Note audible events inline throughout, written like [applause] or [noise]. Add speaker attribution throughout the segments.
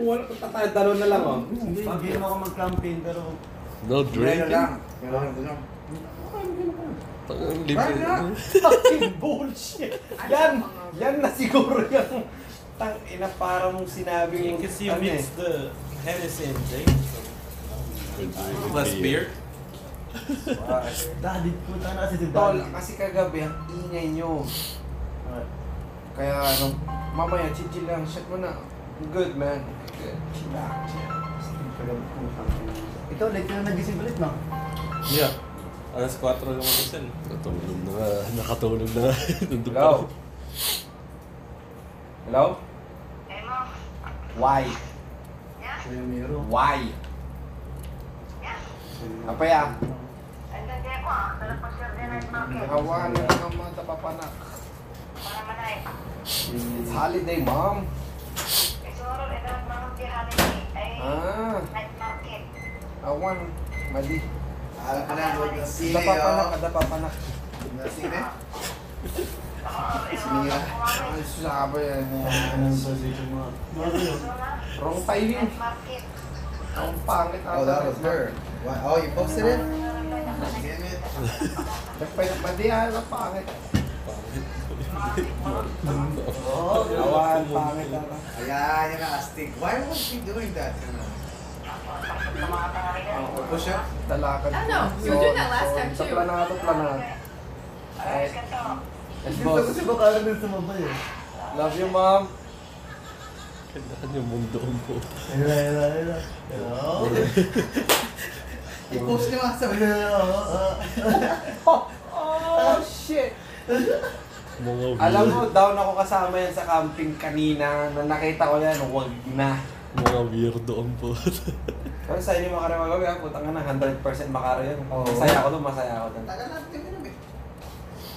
Speaker 1: Wala pa tayo, dalawa na lang oh.
Speaker 2: Hindi, hindi naman ako mag-campaign pero...
Speaker 3: No
Speaker 4: Ngayon
Speaker 3: drinking?
Speaker 4: lang. Ngayon lang. ganun.
Speaker 3: Ang
Speaker 4: Ayun na.
Speaker 3: libre.
Speaker 1: Fucking bullshit. Yan, yan na siguro yung tang ina para mong sinabi yung
Speaker 2: Kasi you
Speaker 1: ano eh.
Speaker 2: mix the Hennessy and Jameson. Plus beer? Daddy, puta na si
Speaker 4: Tol,
Speaker 2: Daddy.
Speaker 4: kasi kagabi ang ingay nyo. Kaya ano, mamaya chill lang, shut mo na. Good man. Good. Chill out, chill out. Kagabi ko
Speaker 2: Ikaw, late ka na nagising ulit, no?
Speaker 1: Yeah. Alas 4 lang ako sin.
Speaker 3: Natulog na nga. Nakatulog na nga. [laughs] Nandun pa.
Speaker 4: Hello? Hello?
Speaker 5: Emo,
Speaker 4: Why?
Speaker 5: ya,
Speaker 2: Kaya meron.
Speaker 4: Why?
Speaker 5: ya.
Speaker 4: Apaya?
Speaker 5: Andun kayo ko ah, talapos yung din night market.
Speaker 4: Nakawa na ng mga tapapanak.
Speaker 5: Para manay.
Speaker 4: It's holiday, mom.
Speaker 5: Eh, siguro, eh, dapat marunong kayo holiday. Ay,
Speaker 4: Ah,
Speaker 5: night market.
Speaker 4: awan. Mali.
Speaker 6: Alam ka na, huwag na sili,
Speaker 4: Tapapanak,
Speaker 6: oh.
Speaker 4: tapapanak.
Speaker 6: Huwag na sili.
Speaker 5: Oo, eh,
Speaker 6: Sinira.
Speaker 5: kumakain.
Speaker 4: Ay, Ah, sabi eh.
Speaker 2: Ah, Anong sa dito mga...
Speaker 5: So, na,
Speaker 4: Wrong timing.
Speaker 5: night market.
Speaker 4: Ang pangit ah.
Speaker 6: Oh, that was her. Why? Oh, you posted it? Damn it.
Speaker 4: Nagpapadi ah, ang pangit.
Speaker 2: Oo,
Speaker 4: Awan, pangit ah.
Speaker 6: Ayan, yan ang astig. Why was she doing that? Ano? Push up?
Speaker 4: Talakan.
Speaker 7: I know. Ano? You were doing that last time, too.
Speaker 4: Tapla na nga, tapla na.
Speaker 5: Ay, kanto.
Speaker 4: Yes,
Speaker 2: Gusto ko
Speaker 4: boss.
Speaker 2: si Bakara din sumabay eh.
Speaker 4: Love you, mom.
Speaker 3: Kailangan yung mundo mo.
Speaker 2: Hila, hila, hila. Hello?
Speaker 6: I-post niyo nga sabi niya.
Speaker 2: Hello? ah.
Speaker 4: Oh, shit.
Speaker 3: Mga
Speaker 4: Alam
Speaker 3: weird.
Speaker 4: mo, down ako kasama yan sa camping kanina. Nung nakita ko yan, wag na.
Speaker 3: Mga weirdo ang po. [laughs]
Speaker 4: Pero sa inyo makara magabi, ah, putang na, 100% makara yan.
Speaker 6: Oo.
Speaker 4: Masaya ako doon, masaya ako doon.
Speaker 6: Tagal natin yun eh.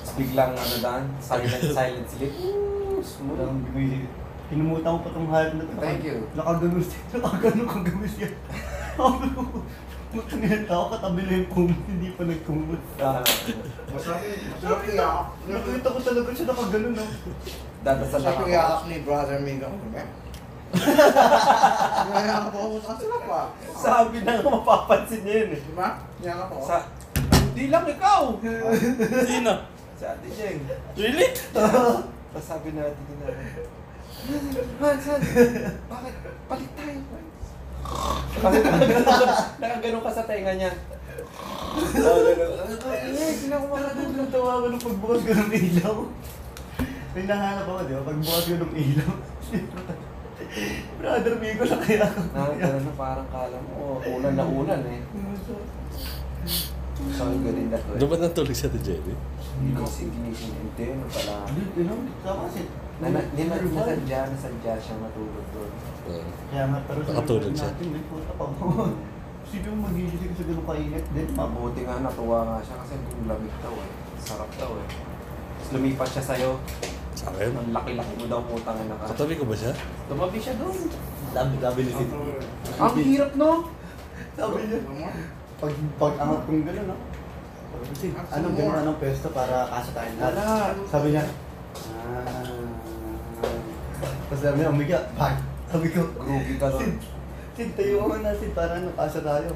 Speaker 4: Tapos biglang ano daan, silent, silent sleep. Ooh, smooth.
Speaker 2: Parang gumi- Kinumutan ko pa tong hayop na to.
Speaker 6: Thank you.
Speaker 2: Nakagano siya. Nakagano kang gabi siya. Sabi ko, Puta na yung tao, katabi na yung kumus, hindi pa nagkumus.
Speaker 4: Ah,
Speaker 6: Masarap yun. Masarap yung
Speaker 2: Nakita,
Speaker 6: yakap.
Speaker 2: nakita ko talaga siya nakagano no.
Speaker 4: dadasal lang
Speaker 6: Masarap
Speaker 4: ako.
Speaker 6: yung yakap ni brother Mingo. Okay? Yakap ako. Ang sarap ah.
Speaker 4: Sabi na nga mapapansin niya yun eh.
Speaker 6: Diba? Yakap ako.
Speaker 4: Sa... Hindi lang ikaw!
Speaker 2: Sino?
Speaker 4: Sa ate Jeng.
Speaker 2: Really?
Speaker 4: Tapos sabi na ate Jeng namin, Man, son, bakit? Balik tayo, man. Kasi nakaganon ka sa tenga niya. Oo, ganun. Eh, hindi na ako makaganon.
Speaker 2: Natawa ko nung pagbukas ko ng ilaw. May nahanap ako, di ba? Pagbukas ko ng ilaw. [laughs] Brother Miko, laki ako.
Speaker 4: Nakaganon Ah, na parang kala mo, oh, ulan na ulan eh. So, ganun na to eh.
Speaker 3: Ano ba natulog sa Jenny?
Speaker 4: Hindi ko siginising hindi, ano pala.
Speaker 2: Hindi, you know, tama siya.
Speaker 4: Na, na, na, nasadya, nasadya siya matulog doon.
Speaker 3: Ah.
Speaker 2: Kaya nga, pero sa
Speaker 3: Nakatulog
Speaker 2: natin,
Speaker 3: siya.
Speaker 2: may puta pa [laughs] mo. Sige mo magigising sa ganung kainit din, mabo.
Speaker 4: Mabuti nga, natuwa nga siya kasi kung lamig daw eh. Sarap daw eh. Tapos lumipat siya sa'yo.
Speaker 3: Sa akin?
Speaker 4: Ang laki-laki mo daw putang ina ka.
Speaker 3: Katabi ko ba siya?
Speaker 4: Tumabi siya doon.
Speaker 2: Labi-labi ni
Speaker 6: Ang sarap yun.
Speaker 4: Ang hirap no?
Speaker 2: Sabi niya,
Speaker 6: Ano mo?
Speaker 2: pag pag-angat kong gano'n, no? Sabi ko, "Sid, Ano gano'n anong pwesto para kaso tayo
Speaker 4: Wala.
Speaker 2: Sabi niya, ah. Tapos sabi niya, umiga, bag. Sabi ko,
Speaker 4: Groovy ka doon.
Speaker 2: Sid, Sid, tayo ka na, Sid, para ano, kaso tayo.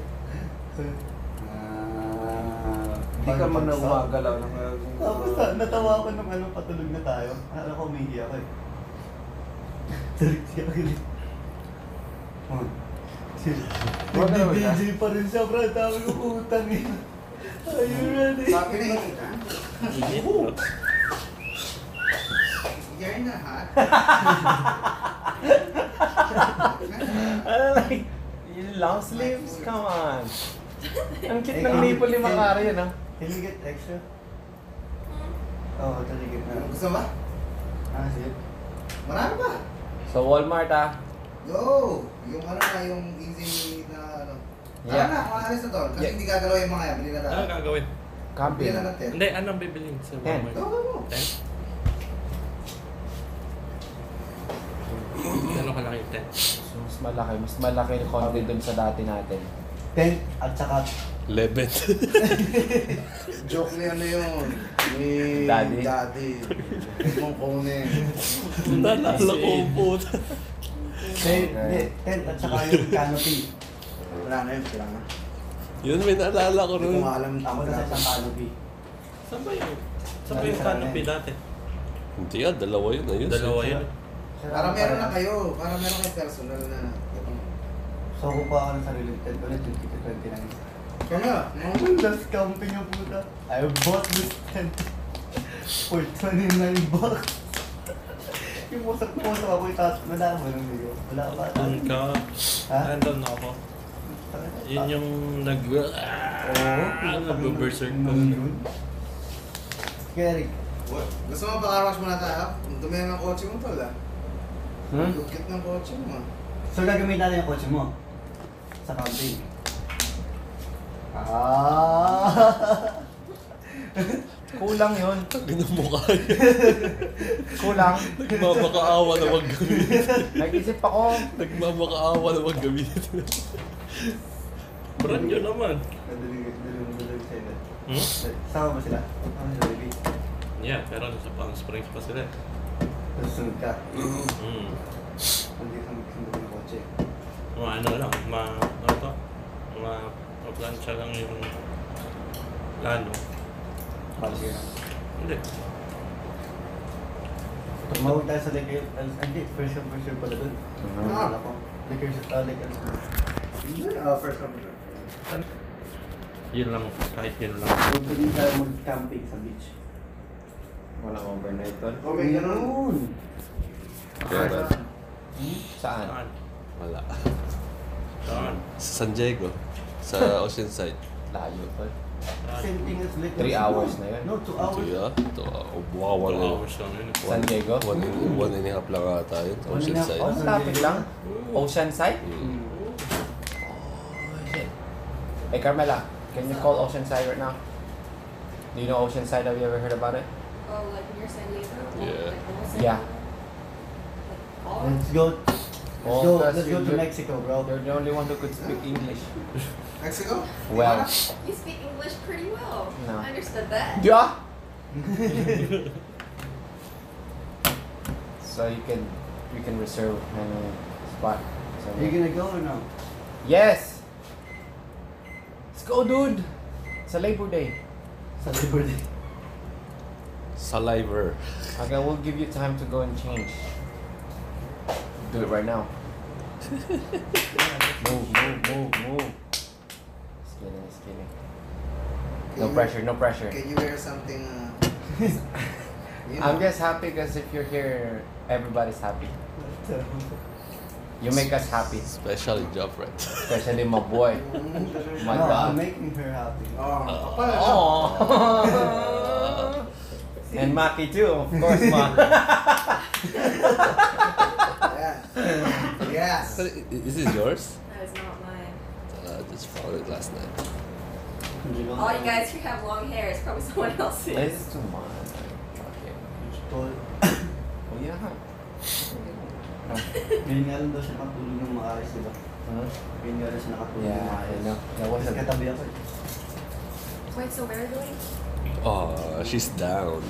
Speaker 2: Sabi, "Ah."
Speaker 4: Hindi ka man
Speaker 2: Pag-pagsa-
Speaker 4: nawagalaw ng
Speaker 2: Tapos na- natawa ako nung ano, patulog na tayo. Alam ko, umihi ako eh. [laughs] Tulit siya ulit. Oh. Chill.
Speaker 4: Wala naman
Speaker 2: Nag-DJ pa rin siya, bro. Sabi ko, putang ina. Are you ready?
Speaker 6: Sabi na yun. ah.
Speaker 3: Oo.
Speaker 6: You're in a hot.
Speaker 4: Ano like, yung long sleeves? Come on. Ang cute ng maple ni Makara yun ah.
Speaker 2: Can you get extra? Oo, oh, taligid na.
Speaker 6: Gusto ba?
Speaker 2: Ah, sige.
Speaker 6: Marami ba?
Speaker 4: Sa Walmart ah.
Speaker 6: Go! Yung ano na, yung easy na ano. Tara
Speaker 4: Yeah.
Speaker 6: na, kung alis na doon. Kasi
Speaker 4: Yeah.
Speaker 6: hindi gagalaw yung mga yan. Bili na
Speaker 8: Anong
Speaker 6: natin.
Speaker 8: Ano gagawin?
Speaker 6: Bili na
Speaker 4: Camping.
Speaker 6: natin.
Speaker 8: Hindi, anong bibilin sa
Speaker 4: Ten.
Speaker 8: Walmart?
Speaker 6: Go, go, go.
Speaker 8: Ten? Ano kalaki yung ten?
Speaker 4: Mas malaki. Mas malaki yung konti dun sa dati natin.
Speaker 2: Tent at saka
Speaker 8: [laughs]
Speaker 3: [laughs] Lebet.
Speaker 6: Joke na yun na yun. Ni
Speaker 4: Daddy.
Speaker 6: Daddy. Mong kunin.
Speaker 3: Nalala ko po.
Speaker 2: Ten, hindi, tent at saka yung canopy.
Speaker 6: Wala na yun, wala na.
Speaker 3: [laughs] Yun, may naalala ko
Speaker 6: Hindi ko
Speaker 3: rin.
Speaker 6: nga alam
Speaker 2: Ako na sa
Speaker 6: ang
Speaker 2: isang
Speaker 6: pinapas.
Speaker 2: canopy.
Speaker 8: Saan ba yun? Saan ba yung
Speaker 2: Dati sa
Speaker 8: canopy
Speaker 2: amin.
Speaker 8: dati?
Speaker 3: Hindi ah, dalawa yun. Ayun,
Speaker 8: Dalawa
Speaker 3: so-
Speaker 8: yun.
Speaker 6: Para meron na kayo, para meron kayo personal na.
Speaker 2: So, kukuha ako ng sarili tent ulit, 2029.
Speaker 6: Kaya, mga
Speaker 2: Ang last camping ang puta. I bought this tent for 29 bucks. [laughs] yung wasak na wasak ako, itas, wala mo nang video. Wala pa.
Speaker 8: Doon ka.
Speaker 2: Ha?
Speaker 8: Nandun ako. Yun yung nag...
Speaker 2: Oo.
Speaker 8: Ah, nagbe-berserk pa.
Speaker 2: Nung yun. Scary.
Speaker 6: What? Gusto mo pakarawas muna tayo? Ang dumi na ng kotse mo tol ah.
Speaker 2: Hmm?
Speaker 6: Lugkit ng kotse mo ah.
Speaker 2: So, gagamitin natin yung kotse mo. Sa camping. Ah! [laughs]
Speaker 4: Kulang yun.
Speaker 3: Tangin ang mukha yun.
Speaker 4: Kulang.
Speaker 3: Nagmamakaawa na wag gamitin.
Speaker 4: Nag-isip ako.
Speaker 3: Nagmamakaawa na wag gamitin.
Speaker 8: Brand yun naman.
Speaker 2: Nadalig, nadalig, nadalig sa'yo.
Speaker 8: Hmm?
Speaker 2: Sama ba sila? Sama sila, baby.
Speaker 8: Yeah, pero nasa pang springs pa sila. eh.
Speaker 2: Tapos sunod ka.
Speaker 8: Hmm.
Speaker 2: Hindi ka magsunod ng kotse.
Speaker 8: Mga ano lang, mga... Ano to? Mga... Paplansya lang yung... Plano.
Speaker 2: Parang sila.
Speaker 8: Hindi.
Speaker 2: Tumawag tayo sa liquor. ah, Hindi, first come, first serve pala dun. Naalala ko. Liquor sa ah, liquor.
Speaker 6: Hindi, ah, first time ko.
Speaker 8: Yun lang. Kahit yun lang.
Speaker 2: Huwag na din tayo mag-camping sa beach.
Speaker 4: Walang overnight doon.
Speaker 6: Oh, may ganun.
Speaker 3: Pera.
Speaker 4: Hmm? Saan?
Speaker 8: Saan?
Speaker 3: Wala.
Speaker 8: Saan?
Speaker 3: Sa San Diego. Sa Oceanside.
Speaker 4: Layo doon.
Speaker 8: Saan?
Speaker 2: Same thing as liquor.
Speaker 4: Three hours na yun.
Speaker 2: No, two
Speaker 3: Ito
Speaker 2: hours.
Speaker 3: yun. Ito, oh, wow,
Speaker 8: Two
Speaker 3: wala.
Speaker 8: hours lang yun. eh.
Speaker 4: San Diego?
Speaker 3: One, one and a half lang ata yun. Sa
Speaker 2: One and a half
Speaker 3: Oceanside.
Speaker 2: hours.
Speaker 4: Ang Oh, lapit lang. Oceanside? Oh,
Speaker 3: Mm.
Speaker 4: Hey Carmela, can you call Oceanside right now? Do you know Oceanside? Have you ever heard about it?
Speaker 7: Oh, like near San Diego?
Speaker 3: Yeah.
Speaker 7: Like, almost San
Speaker 4: Yeah.
Speaker 7: Diego? Like, all
Speaker 2: Let's go. Let's
Speaker 4: Oh,
Speaker 2: go.
Speaker 4: that's
Speaker 2: Let's go to
Speaker 4: really-
Speaker 2: Mexico, bro.
Speaker 4: You're the only one who could speak English.
Speaker 6: Mexico?
Speaker 4: Well.
Speaker 7: You speak English pretty well.
Speaker 4: No.
Speaker 7: I understood that.
Speaker 4: Yeah.
Speaker 7: [laughs]
Speaker 4: so you can you can reserve a spot.
Speaker 2: Are you
Speaker 4: somewhere.
Speaker 2: gonna go or no?
Speaker 4: Yes. Let's go, dude. It's a Labor Day.
Speaker 2: Sa Labor Day.
Speaker 3: Saliver.
Speaker 4: Okay, we'll give you time to go and change. Do it right
Speaker 7: [laughs]
Speaker 4: now. move, move, move, move. Just kidding, just kidding.
Speaker 6: Can
Speaker 4: No
Speaker 6: you-
Speaker 4: pressure, no pressure.
Speaker 6: Can you wear something,
Speaker 4: [laughs]
Speaker 6: ah, you
Speaker 4: I'm
Speaker 6: know?
Speaker 4: just happy because if you're here, everybody's happy. You make us happy,
Speaker 3: Special job, right?
Speaker 4: especially my boy.
Speaker 6: Mm.
Speaker 4: My
Speaker 2: no, I'm
Speaker 4: dog.
Speaker 2: making her happy.
Speaker 6: Oh, kapal, ah.
Speaker 4: Aww. and Maki too, of course,
Speaker 2: [laughs]
Speaker 4: Ma.
Speaker 6: Yes. Yes.
Speaker 3: Is this yours?
Speaker 7: That is not mine.
Speaker 3: Uh, I just found it last night.
Speaker 7: All you guys who have long hair is probably someone else's.
Speaker 4: this is too much. Okay. Oh, yeah.
Speaker 2: Ngayon nga lang daw siya nakatulog ng maayos, diba?
Speaker 4: Huh?
Speaker 2: Ngayon nga lang siya nakatulog ng
Speaker 4: Yeah, I
Speaker 2: maayos.
Speaker 4: know. That was
Speaker 2: Kasi
Speaker 4: a
Speaker 2: katabi ako eh.
Speaker 7: Wait, so where are we going?
Speaker 3: Oh, she's down.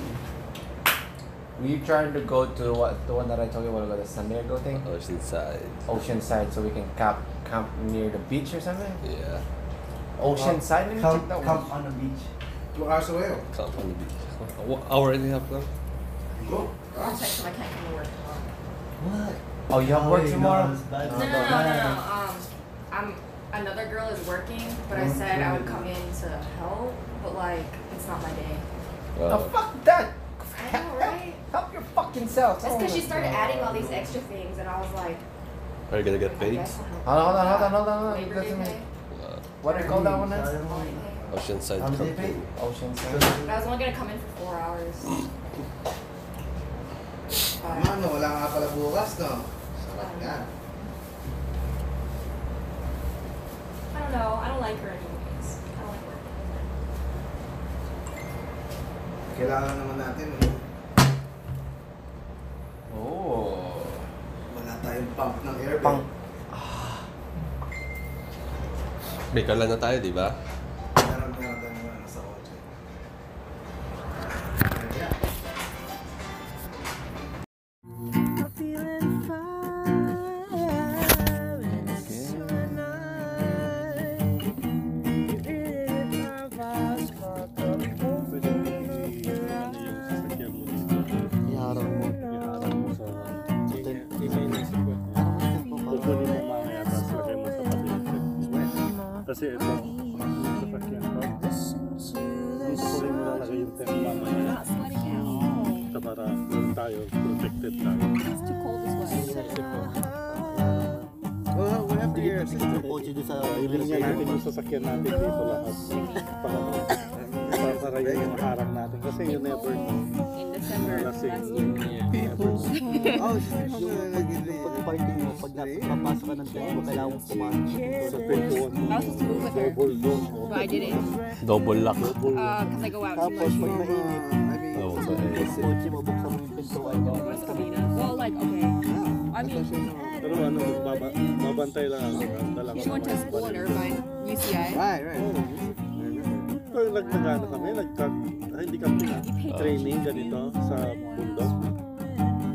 Speaker 4: We trying to go to what the one that I told you about, the San Diego thing,
Speaker 3: Oh, Oceanside.
Speaker 4: Oceanside, so we can camp camp near the beach or something.
Speaker 3: Yeah.
Speaker 4: Oceanside, let me
Speaker 2: Camp,
Speaker 4: check that
Speaker 2: camp
Speaker 4: one.
Speaker 2: on the beach.
Speaker 6: Two hours away, oh.
Speaker 3: Come on the beach. One hour and a half lang.
Speaker 6: Go.
Speaker 7: I'll
Speaker 6: Ah.
Speaker 7: check so I can't come to work tomorrow.
Speaker 2: What?
Speaker 4: Oh, you have work
Speaker 2: Wait, no,
Speaker 4: tomorrow?
Speaker 2: it's bad.
Speaker 7: No,
Speaker 4: Uh,
Speaker 7: no, no, no, no. Um, I'm another girl is working, but
Speaker 4: Oh,
Speaker 7: I said I would come in to help, but like it's not my day.
Speaker 4: Oh,
Speaker 3: Wow.
Speaker 4: fuck that!
Speaker 7: I know, right?
Speaker 4: Help your fucking self.
Speaker 7: That's because
Speaker 4: Oh
Speaker 7: she
Speaker 4: my
Speaker 7: started
Speaker 4: God.
Speaker 7: adding all these extra things, and I was like,
Speaker 3: Are you gonna get
Speaker 7: I
Speaker 3: paid?
Speaker 7: guess I'll
Speaker 4: Hold
Speaker 7: help.
Speaker 4: on, hold on, hold on, hold on, hold on.
Speaker 7: Labor Day
Speaker 4: Doesn't-
Speaker 7: pay?
Speaker 3: Wow. Oh,
Speaker 4: What do you call that one?
Speaker 2: Sayang
Speaker 4: As?
Speaker 2: mo
Speaker 7: Holiday
Speaker 2: yun.
Speaker 7: pay.
Speaker 3: Oceanside
Speaker 2: How's it
Speaker 3: Company.
Speaker 4: Oceanside.
Speaker 7: But I was only gonna come in for four hours.
Speaker 4: [laughs]
Speaker 7: But
Speaker 6: Mano, wala nga pala bukas, no? Sarap nga.
Speaker 7: I don't know. I don't like her anyways. I don't like her.
Speaker 6: Kailangan naman natin, eh.
Speaker 4: Oh.
Speaker 6: Wala tayong pump ng air. eh.
Speaker 4: Pang-
Speaker 3: May kala na tayo, di ba?
Speaker 6: Meron, meron tayo naman nasa kotse. Yeah.
Speaker 9: I'm feeling fine. Kasi ito, sasakyan ko. Tutuloy mo lang lagay yung tent mamaya. Ito para doon tayo, protected tayo.
Speaker 4: Well, we have the assistant.
Speaker 2: Kotse doon sa
Speaker 9: Ibigyan niya natin yung sasakyan natin dito lahat. Para, para, para yun yung harang natin. Kasi you never know.
Speaker 7: In December
Speaker 9: Kasi
Speaker 7: last
Speaker 9: you
Speaker 7: year.
Speaker 9: never know.
Speaker 4: Oh, she's not
Speaker 2: pag-party mo, pag napapasok ka ng tent mo, kailangan mong pumasok.
Speaker 9: Sa 21 mo,
Speaker 7: I was supposed to move with her,
Speaker 9: double doon. oh.
Speaker 7: but I didn't.
Speaker 3: Double lock.
Speaker 9: Double
Speaker 7: Uh, cause I go out too
Speaker 2: Tapos
Speaker 7: much.
Speaker 2: pag mainit,
Speaker 3: Oo, sa
Speaker 2: yung
Speaker 3: ASL.
Speaker 2: kotse mo, buksan mo yung pintuan mo.
Speaker 7: West Covina. Well, like, okay. I mean,
Speaker 9: Pero ano, baba, babantay lang ako. ah, Dala ko
Speaker 7: she went to
Speaker 9: naman.
Speaker 7: school in Irvine, UCI.
Speaker 4: Right, right.
Speaker 9: Pero nagtagano kami, nagka, ah, hindi kami na training ganito sa bundok.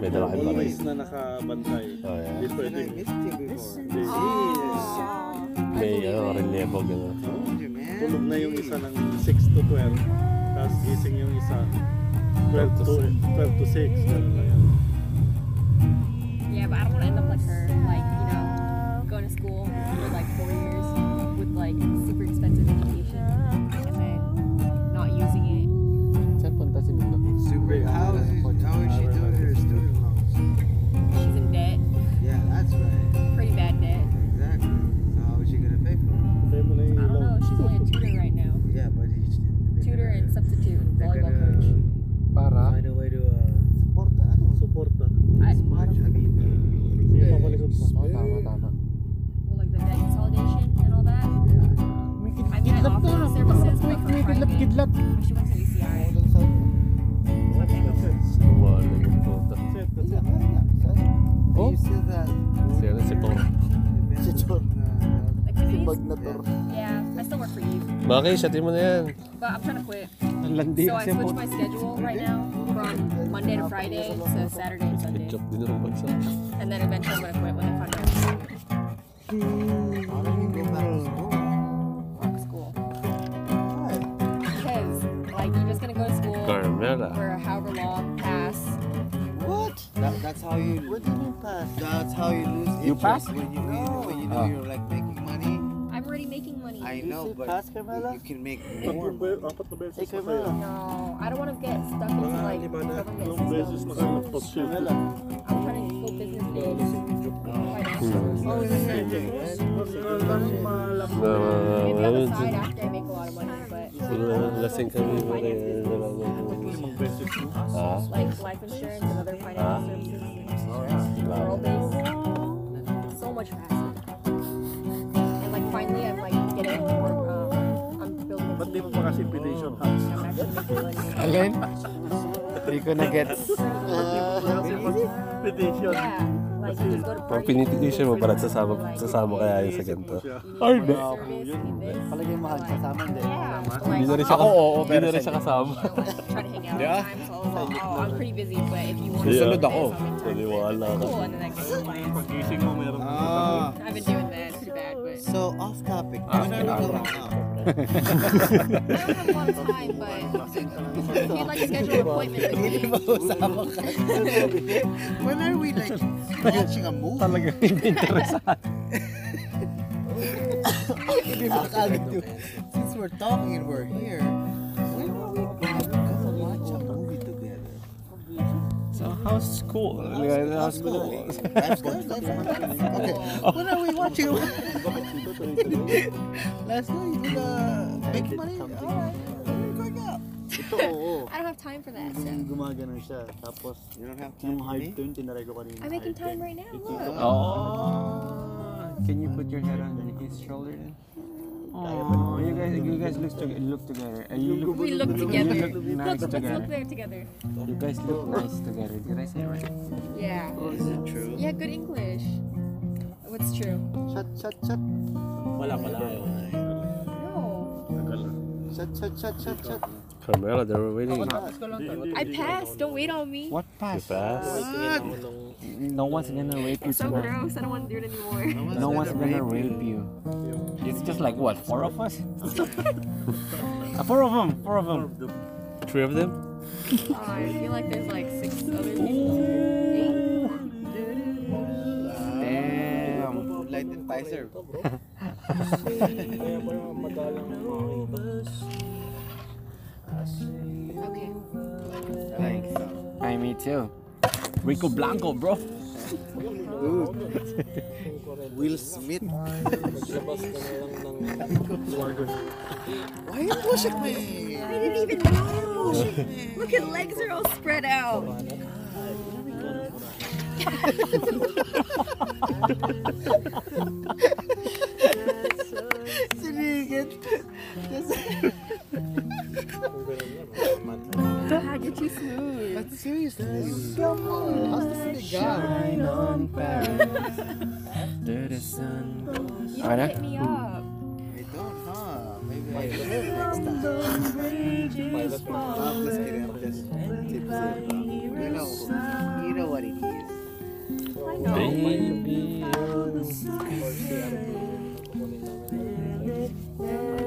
Speaker 3: May dala kayo pa
Speaker 9: Always na nakabantay.
Speaker 3: Oh, yeah.
Speaker 9: Hindi pwede. Hindi.
Speaker 7: Ah. Oh,
Speaker 3: May ano, relevo, gano'n.
Speaker 9: Tulog na yung isa ng 6 to 12. Tapos gising yung isa 12 to, 12 to 6. Ganun lang yun.
Speaker 7: Yeah, but I don't want to end up like her. Like, you know, going to school for like four years with like super expensive education and then not using it.
Speaker 2: Saan punta si Milo?
Speaker 4: Super. How is, how is she doing her student loans?
Speaker 7: She's in debt,
Speaker 4: Yeah, that's right.
Speaker 7: pretty bad debt.
Speaker 4: Exactly. So how is she gonna pay for it?
Speaker 9: Tayo mo na
Speaker 7: I
Speaker 9: yung
Speaker 7: don't know.
Speaker 9: ilaw.
Speaker 7: Ah, She's only a tutor right now.
Speaker 4: Yeah, but he's
Speaker 7: Tutor and substitute
Speaker 4: They're
Speaker 7: volleyball coach.
Speaker 4: gonna
Speaker 2: Para?
Speaker 4: find a way to uh,
Speaker 2: Porta, ano?
Speaker 9: Suporta.
Speaker 7: I,
Speaker 4: sponge. I mean,
Speaker 2: Uh,
Speaker 4: uh,
Speaker 9: Hindi papalikod pa.
Speaker 2: Oo, tama, tama.
Speaker 7: well, like the debt consolidation and all that. I mean, I offered her services, but for private. But she went to UCI. So I can't help her.
Speaker 3: Wala yung puta.
Speaker 9: Set,
Speaker 2: Wala,
Speaker 9: set.
Speaker 2: meron na. Saan?
Speaker 4: uh,
Speaker 3: Oh?
Speaker 4: you said that.
Speaker 3: Si ano, si Tong.
Speaker 2: Si [laughs]
Speaker 4: uh,
Speaker 2: Chor.
Speaker 7: Like,
Speaker 2: Si
Speaker 7: today's-
Speaker 2: Bag na Tor.
Speaker 7: yeah, I still work for Eve,
Speaker 3: Maki, shatin mo na yan.
Speaker 7: but I'm trying to quit.
Speaker 2: Ang landi
Speaker 7: So I switched my schedule right now from Monday to Friday to Saturday and
Speaker 3: Good
Speaker 7: Sunday.
Speaker 3: job din ang bagsak.
Speaker 7: And then eventually I'm gonna quit when I find
Speaker 2: Parang yung go back to school.
Speaker 7: out work school.
Speaker 2: Ay,
Speaker 7: Because like you're just gonna go to school
Speaker 3: Carmela.
Speaker 7: for however long pass.
Speaker 2: What?
Speaker 4: That, that's how you.
Speaker 2: What do you mean pass?
Speaker 4: That's how you lose interest
Speaker 2: You pass?
Speaker 4: when you
Speaker 2: No.
Speaker 4: when you know
Speaker 2: Ah.
Speaker 4: you're like making money.
Speaker 7: I'm already making money.
Speaker 4: I
Speaker 2: You
Speaker 4: know,
Speaker 2: say
Speaker 4: but
Speaker 2: pass,
Speaker 4: you-
Speaker 2: Carmela?
Speaker 4: you can make more.
Speaker 9: Tatlong be- apat na beses
Speaker 2: Hey,
Speaker 9: na tayo.
Speaker 2: Carmela.
Speaker 7: No, I don't want to get stuck into
Speaker 8: Mga
Speaker 7: like
Speaker 8: lima na,
Speaker 9: Tatlong
Speaker 7: government
Speaker 9: beses
Speaker 7: systems.
Speaker 9: na tayo nagpa-shield.
Speaker 2: Carmela.
Speaker 7: I'm trying to go business days. financial.
Speaker 2: Oh, it's the same thing.
Speaker 3: Na,
Speaker 7: Maybe on
Speaker 3: ano,
Speaker 7: the side after I make a lot of money, but
Speaker 3: lasing kami. wala yun, wala yun.
Speaker 9: Limang beses na.
Speaker 3: Ah,
Speaker 7: like life insurance and other financial services, Oh,
Speaker 3: wow.
Speaker 7: rural based, so much faster. And like finally, I'm like getting more. Um, I'm building. a
Speaker 9: Ba't di mo
Speaker 7: team.
Speaker 9: pa kasi pination house?
Speaker 7: I'm actually making money.
Speaker 2: Alin? Hindi ko na gets.
Speaker 9: Petition.
Speaker 7: Yeah, like you just go to
Speaker 3: Pag
Speaker 7: parties.
Speaker 3: pinitiisya mo, parang sasama, sasama kaya yun sa ganito. Ay,
Speaker 7: no.
Speaker 2: Palagay mo kahit kasama, hindi.
Speaker 3: Hindi na rin
Speaker 7: oh,
Speaker 3: siya, hindi na rin siya kasama.
Speaker 7: Yeah. Oh, I'm pretty busy, but if you want to
Speaker 3: Susunod
Speaker 7: do this,
Speaker 3: ako.
Speaker 7: I'll make time for it.
Speaker 3: Taliwala ka.
Speaker 7: Cool, and then I can find-
Speaker 9: Pagising mo, meron ka
Speaker 4: Ah,
Speaker 7: I've been doing that, it's pretty bad, but
Speaker 4: so off topic. When are we going [laughs] out?
Speaker 7: I don't have a lot of time, but if you'd like to schedule an appointment with me,
Speaker 4: When are we like watching a movie? [laughs] Hindi mo kagad yun. Since we're talking and we're here, when are we going to watch a movie together?
Speaker 3: How's school? How's school?
Speaker 4: That's good. That's good. Okay. When are we watching? [laughs] a Last night, you uh, make money. All right. We're going out.
Speaker 2: Ito, oo.
Speaker 7: I don't have time for that.
Speaker 2: Yung gumagano siya. Tapos,
Speaker 4: You don't have
Speaker 2: yung
Speaker 4: to.
Speaker 2: hard tune, tinaray ko kanina.
Speaker 7: I'm making
Speaker 2: hard
Speaker 7: time
Speaker 2: tune.
Speaker 7: right now.
Speaker 2: Ito,
Speaker 7: Look.
Speaker 4: Oh. Can you put your head on his shoulder then? Oh, you guys, you guys look, to, look together. Uh, you look,
Speaker 7: We look
Speaker 4: you
Speaker 7: together.
Speaker 4: look nice
Speaker 7: Look,
Speaker 4: together.
Speaker 7: let's look there together.
Speaker 4: You guys look nice together. Did I say it right?
Speaker 7: Yeah.
Speaker 4: Is it true?
Speaker 7: Yeah, good English. What's true?
Speaker 2: Shot, shot, shot.
Speaker 8: Wala pala ayaw.
Speaker 7: No.
Speaker 2: Shot, shot, shot, shot, shot.
Speaker 3: Carmela, they were waiting.
Speaker 7: I passed. Don't wait on me.
Speaker 4: What
Speaker 3: You
Speaker 4: pass?
Speaker 3: fast.
Speaker 4: No one's gonna rape you
Speaker 7: It's [laughs] so
Speaker 4: tonight.
Speaker 7: gross. I don't want to do it anymore.
Speaker 4: No one's gonna rape you. It's just like what? Four of us? Uh, four of them. Four of them.
Speaker 3: Three of them?
Speaker 7: Oh, I feel like there's like six other people. Eight.
Speaker 4: Damn.
Speaker 6: excited tayo, sir.
Speaker 10: bro. Kaya pa yung madalang
Speaker 7: Okay.
Speaker 6: Thanks.
Speaker 4: Ay, me too. Rico Blanco, bro.
Speaker 6: Will Smith.
Speaker 10: Maglabas ka na lang ng
Speaker 6: Why you pushing me?
Speaker 7: I didn't even know. Look, his legs are all spread out. God, you're too smooth.
Speaker 6: But seriously, come on. How's this thing gone?
Speaker 4: on Paris. After the sun goes.
Speaker 7: You
Speaker 4: Okay na?
Speaker 7: don't hit me up.
Speaker 6: I don't, huh? Maybe I will next time. I'm just kidding. I'm just tipsy, bro. You know, you know what it is.
Speaker 7: I know.
Speaker 10: Baby,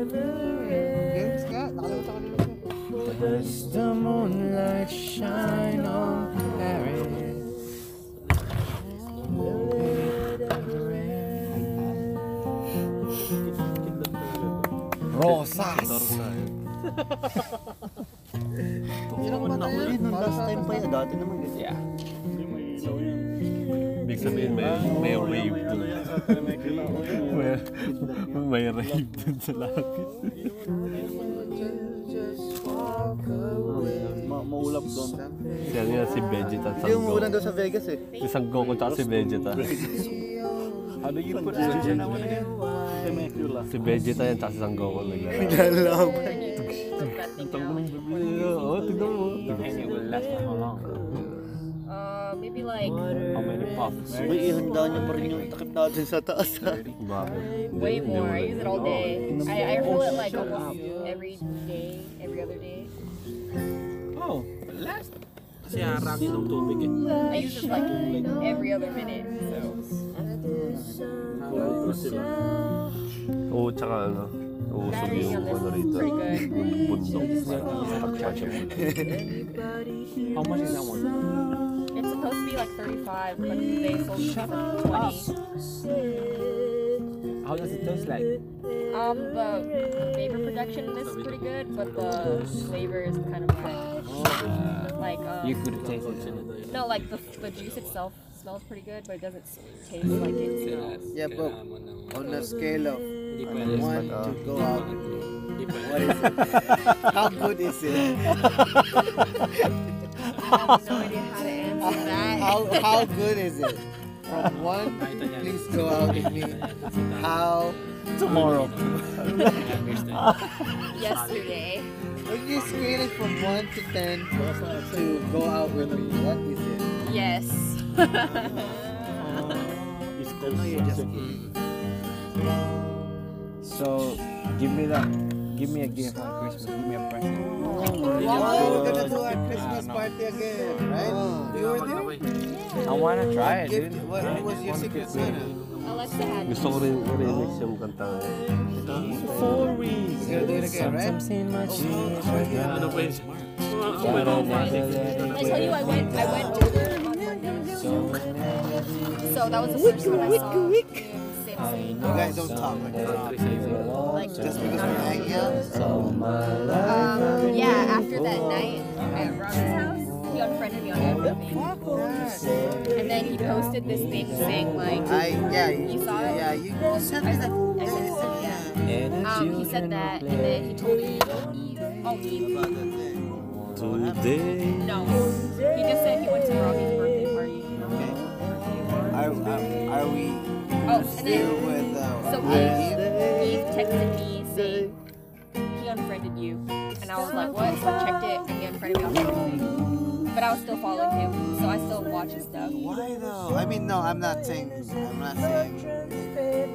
Speaker 6: Games ka? Nakalimutan ko nila.
Speaker 4: Does the moonlight shine on Paris? Will it ever end? Rosas!
Speaker 2: Ilang ba tayo? Nung last time pa yan, dati naman ganyan.
Speaker 4: Yeah.
Speaker 3: Ibig sabihin, may, may wave dun. [laughs] May, may rave dun sa langit.
Speaker 2: Maulap doon.
Speaker 3: Yan nga si Vegeta at
Speaker 2: Hindi yung
Speaker 3: Sango.
Speaker 2: umuulan doon sa Vegas eh.
Speaker 3: Si Sango ko si Vegeta.
Speaker 10: Ano yung pag-legend naman na yan? Temecula.
Speaker 3: Si Vegeta yan at si Sango ko naglalaro. Oo, tignan mo.
Speaker 7: Uh, maybe like
Speaker 2: May ihanda niyo pa rin yung takip natin sa taas.
Speaker 3: Bakit?
Speaker 7: way
Speaker 3: Hindi
Speaker 7: more. I
Speaker 3: ulit.
Speaker 7: use it all day. I, I roll it like almost every day, every other day.
Speaker 4: Oh, last
Speaker 11: Kasi harami ng tubig eh.
Speaker 7: I use it like every other minute. So
Speaker 10: Kulay sila.
Speaker 3: Oo, tsaka ano. Uusog
Speaker 7: battery
Speaker 3: yung
Speaker 7: on
Speaker 3: ano
Speaker 7: this is
Speaker 3: rito.
Speaker 7: pretty good.
Speaker 3: Yung bundok na pagkakasya mo.
Speaker 4: How much is that one?
Speaker 7: It's supposed to be like 35, but they sold it for 20.
Speaker 4: How does it taste like?
Speaker 7: Um, the vapor protection in this is pretty good, but the flavor is kind of like, like
Speaker 4: You
Speaker 7: um,
Speaker 4: could taste it.
Speaker 7: no, like the, the juice itself smells pretty good, but it doesn't s- taste like it smells.
Speaker 6: Yeah, bro. On a scale of
Speaker 11: Hindi pa
Speaker 6: I want to go out,
Speaker 11: Hindi pa
Speaker 6: what is it? How good is it?
Speaker 7: I have no idea how to answer that.
Speaker 6: How how good is it? From one, please go out with me. How?
Speaker 4: Tomorrow.
Speaker 7: [laughs] Yesterday.
Speaker 6: When you scale it from one to ten to go out with me, what is it?
Speaker 7: Yes.
Speaker 10: It's called sunset.
Speaker 4: So, give me that. Give me a gift on Christmas. Give me a present.
Speaker 6: Oh, we're gonna do our Christmas party again, right? You were there?
Speaker 4: I wanna try it,
Speaker 6: Gift,
Speaker 4: dude.
Speaker 6: what, what was your secret Santa?
Speaker 7: Alexa had
Speaker 3: Gusto ko rin remix yung kanta.
Speaker 4: For
Speaker 6: You're gonna do it again, right? Oh,
Speaker 4: Sometimes in my jeans
Speaker 11: Ano
Speaker 4: right
Speaker 11: pa yun? Ano pa yun?
Speaker 7: Did
Speaker 4: now.
Speaker 7: I tell you I went I went to the on Monday? So that was the first time I saw
Speaker 6: You guys don't talk like that.
Speaker 7: like
Speaker 6: Just because we're hanging out?
Speaker 7: um, yeah, after that night at Robert's house, he unfriended me on everything. And then he posted this thing saying like
Speaker 6: I, yeah,
Speaker 7: You saw it?
Speaker 6: Yeah, you, you sent me
Speaker 7: I
Speaker 6: that.
Speaker 7: said I said so yeah. Um he said that and then he told me oh he
Speaker 6: About that thing.
Speaker 3: Today.
Speaker 7: no. He just said he went to Robbie's birthday party.
Speaker 6: Okay. Are, are, are we
Speaker 7: Oh, and
Speaker 6: still
Speaker 7: then
Speaker 6: with uh,
Speaker 7: So Eve, Eve texted me saying he unfriended you, and I was like, what? So I checked it, and he unfriended me on everything. But I was still following him, so I still watch his stuff.
Speaker 6: Why though? I mean, no, I'm not saying. I'm not saying. You're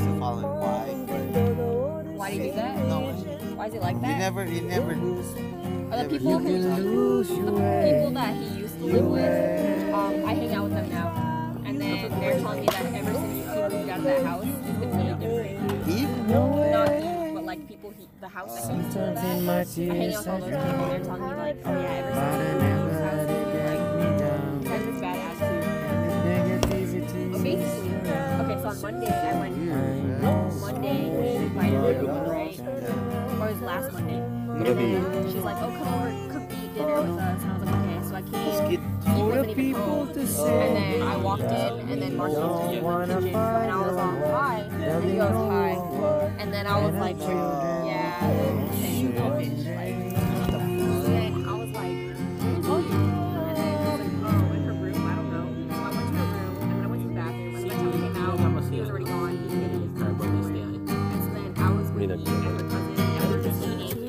Speaker 6: still following why, but
Speaker 7: Why do you do that?
Speaker 6: no, you
Speaker 7: Why is he like that?
Speaker 6: never, you never.
Speaker 7: Are the people who the people that he used to live with? Um, I hang out with them now, and then they're telling me that ever since he moved out of that house, he's been really different.
Speaker 6: Eve?
Speaker 7: Not Eve, but like people he, the house that he used to live at. I hang out with all those people, and they're telling me like, oh yeah, ever since he moved out of his house, he like has this bad attitude. But basically, okay, so I'm
Speaker 12: on Monday, I went Monday, my dinner, right? Or it was last Monday. And then she's like, oh, come over, cook, eat dinner with us. And I was like, okay. So I came. He wasn't even home. And then I walked in, and then Marcus was in the kitchen, and I was like, hi. And he goes, hi. And then I was like, yeah. And then he opened, like, and I was like, oh, you. And then I was like, oh, in her room, I don't know. So I went to her room, and then I went to the bathroom. And by the time I came out, he was already gone. He didn't get his drink And so then I was with me and her cousin, and we were just eating.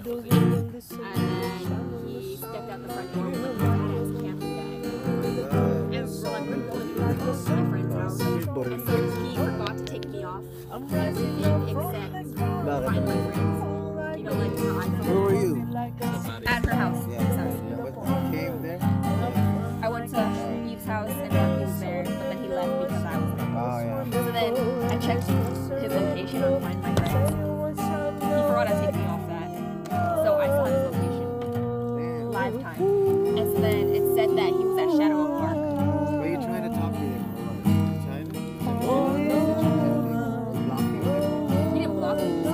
Speaker 12: And then he stepped out the front door with a badass camping bag. And we're like, we're going to my friend's house. And so he forgot to take me off. Everything except find my friends. You know, like my iPhone.
Speaker 6: Where were you?
Speaker 12: At her house. His house.
Speaker 6: But you came there?
Speaker 12: I went to Eve's house and he was there, but then he left because I was there.
Speaker 6: Oh, yeah.
Speaker 12: So then I checked his location on Find My Friends. He forgot to take me off that, so I saw his location live time. And so then it said that he was at Shadow Oak Park.
Speaker 6: What are you trying to talk to him? China? Oh, no. Block him.
Speaker 12: He didn't block me. He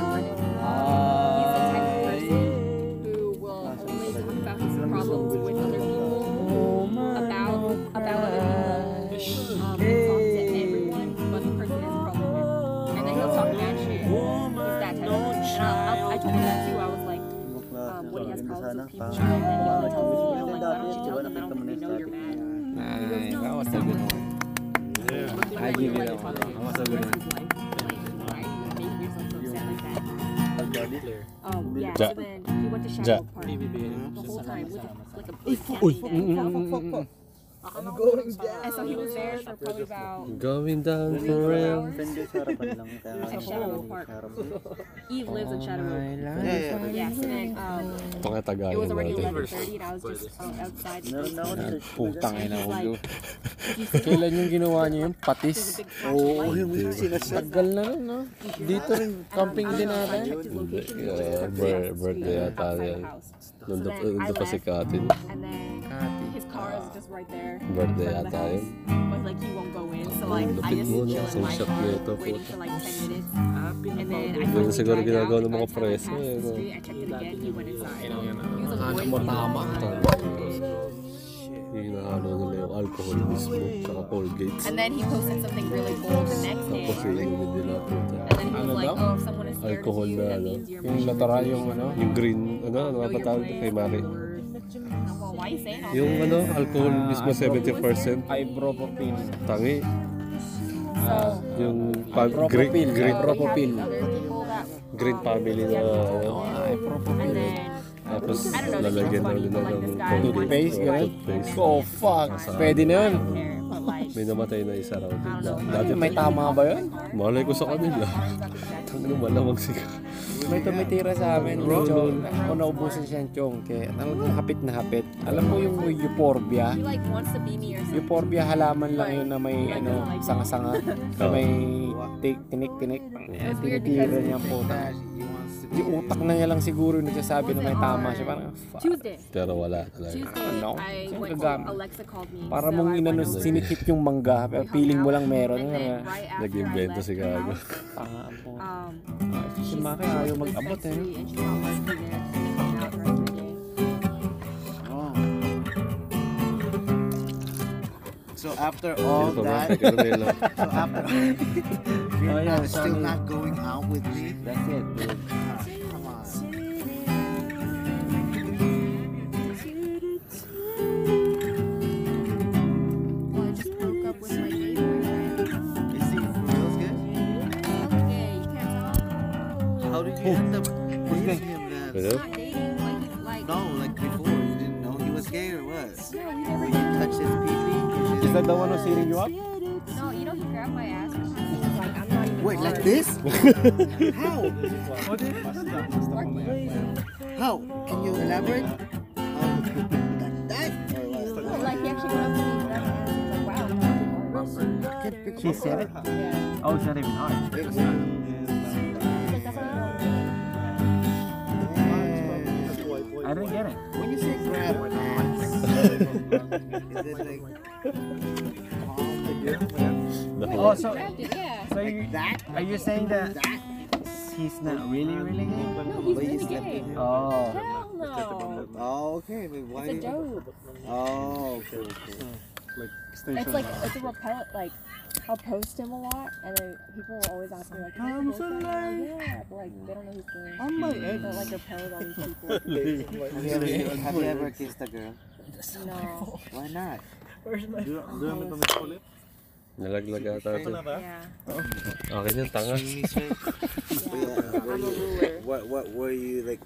Speaker 12: was friended me. He's the type of person who will only talk about his problems with other people, about about other people. Um, he'll talk to everyone but the person is a problem. And then he'll talk mad shit. He's that type of person. And I, I, I told him that too. I was like, um, when he has problems with people, and then he only tells me, I'm like, why don't you tell them? I don't think they know you're mad.
Speaker 4: Nice. That was a good one. I give you that one. That was a good one.
Speaker 12: Um, yeah,
Speaker 3: Ja.
Speaker 12: so then he went to Shadow
Speaker 3: Ja.
Speaker 12: Park the whole time with like a big
Speaker 3: Uy!
Speaker 12: camping
Speaker 3: Mm,
Speaker 12: bag.
Speaker 3: mm, mm, mm, mm.
Speaker 6: I'm going down.
Speaker 12: And so he was there for probably about
Speaker 3: Going down
Speaker 12: three,
Speaker 3: for
Speaker 12: four
Speaker 3: real.
Speaker 12: hours. He was at Shadow Oak Park. Eve lives in Shadow Oak.
Speaker 6: Yeah, yeah.
Speaker 12: Yeah, so then um, it was
Speaker 3: Pangatagalog
Speaker 12: already
Speaker 3: natin.
Speaker 12: 11.30 and I was just out- um, outside.
Speaker 4: Putang ina ko.
Speaker 3: [laughs] Kailan yung ginawa niyo yun? Patis?
Speaker 12: Oo, oh,
Speaker 6: Hindi.
Speaker 3: Tagal na rin, no? Dito rin, camping din natin.
Speaker 12: Yeah,
Speaker 3: bir- birthday yata yan. Nando, nando kasi katin.
Speaker 12: And then his car is just right there.
Speaker 3: Birthday
Speaker 12: in front of the
Speaker 3: yata
Speaker 12: house.
Speaker 3: yun.
Speaker 12: But like he won't go in, so like I
Speaker 3: Lapit
Speaker 12: just
Speaker 3: mo, no?
Speaker 12: chill in my
Speaker 3: Social
Speaker 12: car
Speaker 3: photo, photo.
Speaker 12: waiting for like 10 minutes. And then I
Speaker 3: Yun
Speaker 12: finally
Speaker 3: siguro
Speaker 12: drive
Speaker 3: ginagawa
Speaker 12: out,
Speaker 3: ng mga
Speaker 12: and by the
Speaker 3: preso,
Speaker 12: time I
Speaker 3: eh,
Speaker 12: passed the
Speaker 3: no?
Speaker 12: street, I checked it again, he went inside. He was
Speaker 3: Ano mo
Speaker 12: avoiding me the
Speaker 3: tama
Speaker 12: whole
Speaker 3: to?
Speaker 12: time.
Speaker 3: Inaano nila yung alcohol mismo, tsaka Colgate.
Speaker 12: And then he posted something really cool the next day.
Speaker 3: Tapos yung inumin nila puta.
Speaker 12: And then he was like, oh, if someone is scared
Speaker 3: Alcohol
Speaker 12: of you,
Speaker 3: na
Speaker 12: that
Speaker 3: ano.
Speaker 12: means you're
Speaker 4: Yung natara yung ano?
Speaker 3: Yung green, ano, ano ba tawag kay Mari?
Speaker 12: Well, why are you saying all
Speaker 3: Yung
Speaker 12: this?
Speaker 3: ano, alcohol mismo 70%.
Speaker 4: Ibuprofen.
Speaker 3: Tangi.
Speaker 12: So,
Speaker 3: Yung pa- Greek,
Speaker 4: Propopil.
Speaker 3: Greek, Greek
Speaker 12: So we have these other people that, um,
Speaker 3: family na ano.
Speaker 12: And then,
Speaker 3: Tapos
Speaker 12: I don't know, they think
Speaker 3: lalagyan
Speaker 12: it's
Speaker 3: na
Speaker 12: funny,
Speaker 3: nila
Speaker 12: but like
Speaker 3: ng
Speaker 12: this guy
Speaker 3: toothpaste.
Speaker 4: Toothpaste,
Speaker 3: ganun.
Speaker 12: wants to like,
Speaker 3: Toothpaste.
Speaker 4: Oh, fuck. Pwede na yun.
Speaker 12: care, but like,
Speaker 3: May namatay na isa raw
Speaker 12: I don't know.
Speaker 3: din.
Speaker 12: he
Speaker 3: Dati
Speaker 12: didn't
Speaker 3: may
Speaker 12: really
Speaker 4: tama
Speaker 12: cause
Speaker 4: ba
Speaker 12: my
Speaker 4: yun?
Speaker 12: harm.
Speaker 3: Malay ko sa
Speaker 12: But
Speaker 3: kanila.
Speaker 12: I was about to check.
Speaker 3: Ano malamang siya.
Speaker 4: May tumitira sa amin, bro. Ako naubusan siya ng chongke. Talagang hapit na hapit. Alam mo yung euphorbia?
Speaker 12: He like wants to be me or something.
Speaker 4: Euphorbia halaman lang yun na may ano, sanga-sanga. Na may tik tinik-tinik. Eh, Tinitira niya ang puta. Yung utak na niya lang siguro yung nagsasabi na may tama siya. Parang, fuck.
Speaker 12: Tuesday.
Speaker 3: Pero wala talaga.
Speaker 12: Tuesday,
Speaker 4: know.
Speaker 12: I
Speaker 4: Siyempre
Speaker 12: went
Speaker 4: gamit.
Speaker 12: home. Alexa called me.
Speaker 4: Para
Speaker 12: so
Speaker 4: mong
Speaker 12: I went
Speaker 4: inano,
Speaker 12: over.
Speaker 4: sinikip yung mangga.
Speaker 12: We hung
Speaker 4: Feeling mo
Speaker 12: out,
Speaker 4: lang meron.
Speaker 12: and then
Speaker 4: Yung
Speaker 12: right after I
Speaker 3: Nag-invento
Speaker 12: left
Speaker 3: si
Speaker 12: her
Speaker 3: Gago.
Speaker 12: house,
Speaker 4: tanga po.
Speaker 12: Um,
Speaker 4: Si Maki
Speaker 12: she's- she went
Speaker 4: ayaw
Speaker 12: to the
Speaker 4: mag-abot eh.
Speaker 12: dispensary and she found Marcy there, and they hung out the rest of the day.
Speaker 6: Oh. So after all
Speaker 3: Sino pa ba?
Speaker 6: [laughs] that,
Speaker 3: Kay Carmelo.
Speaker 6: so after
Speaker 4: Oh,
Speaker 6: you're
Speaker 4: yeah,
Speaker 6: not, still
Speaker 4: Tommy.
Speaker 6: not going out with me?
Speaker 4: That's it, dude.
Speaker 6: Ah, come on.
Speaker 12: Well, I just broke up with my gay boyfriend.
Speaker 6: Is he for real good?
Speaker 12: I'm gay, you can't tell.
Speaker 6: How did you end up dating him then?
Speaker 3: Hello?
Speaker 12: Not dating, like, like,
Speaker 6: No, like before, you didn't know he was gay or what?
Speaker 12: no, we never
Speaker 6: When
Speaker 12: did.
Speaker 6: you touched his pee-pee? you
Speaker 4: Is
Speaker 6: just-
Speaker 4: that the one who's hitting you up?
Speaker 12: No, you know, he grabbed my ass one time. He was like, I'm not even
Speaker 6: Wait, like
Speaker 12: hard.
Speaker 6: this? [laughs] How? How? Can you elaborate? How you got that? Or what?
Speaker 12: No, like, he actually went up to me and grabbed my ass. He was like, wow, you're not even hard.
Speaker 6: I can't picture
Speaker 4: She said it?
Speaker 12: Yeah.
Speaker 4: Oh, it's not even ours.
Speaker 6: It's-
Speaker 12: He's like, that's how you know.
Speaker 6: Yeah.
Speaker 4: I didn't get it.
Speaker 6: When you say grab ass, is it like palm?
Speaker 3: Naku.
Speaker 4: Oh, so
Speaker 12: Grabbed it, yeah.
Speaker 4: So you, are you saying that he's not really, really gay?
Speaker 12: No, he's really gay.
Speaker 4: Oh.
Speaker 12: Hell no.
Speaker 6: Oh, okay. Then why
Speaker 12: It's a
Speaker 6: did
Speaker 12: dope.
Speaker 6: Oh, okay, okay.
Speaker 9: Like
Speaker 12: It's like it's a repellent. Like I'll post him a lot, and then people will always ask me like, "Hey,
Speaker 9: I'm
Speaker 12: who's
Speaker 9: so
Speaker 12: that?" I'm like,
Speaker 9: lame.
Speaker 12: Yeah, but like they don't know who's gay.
Speaker 9: I'm my ex.
Speaker 12: But like repelled
Speaker 6: [laughs]
Speaker 12: all these people.
Speaker 6: Have you ever- have you ever kissed a girl?
Speaker 12: No.
Speaker 6: Why not?
Speaker 12: Where's my phone?
Speaker 3: Nalaglag ata ito.
Speaker 12: Yeah.
Speaker 3: Akin yung tanga.
Speaker 6: Yeah. What, what were you like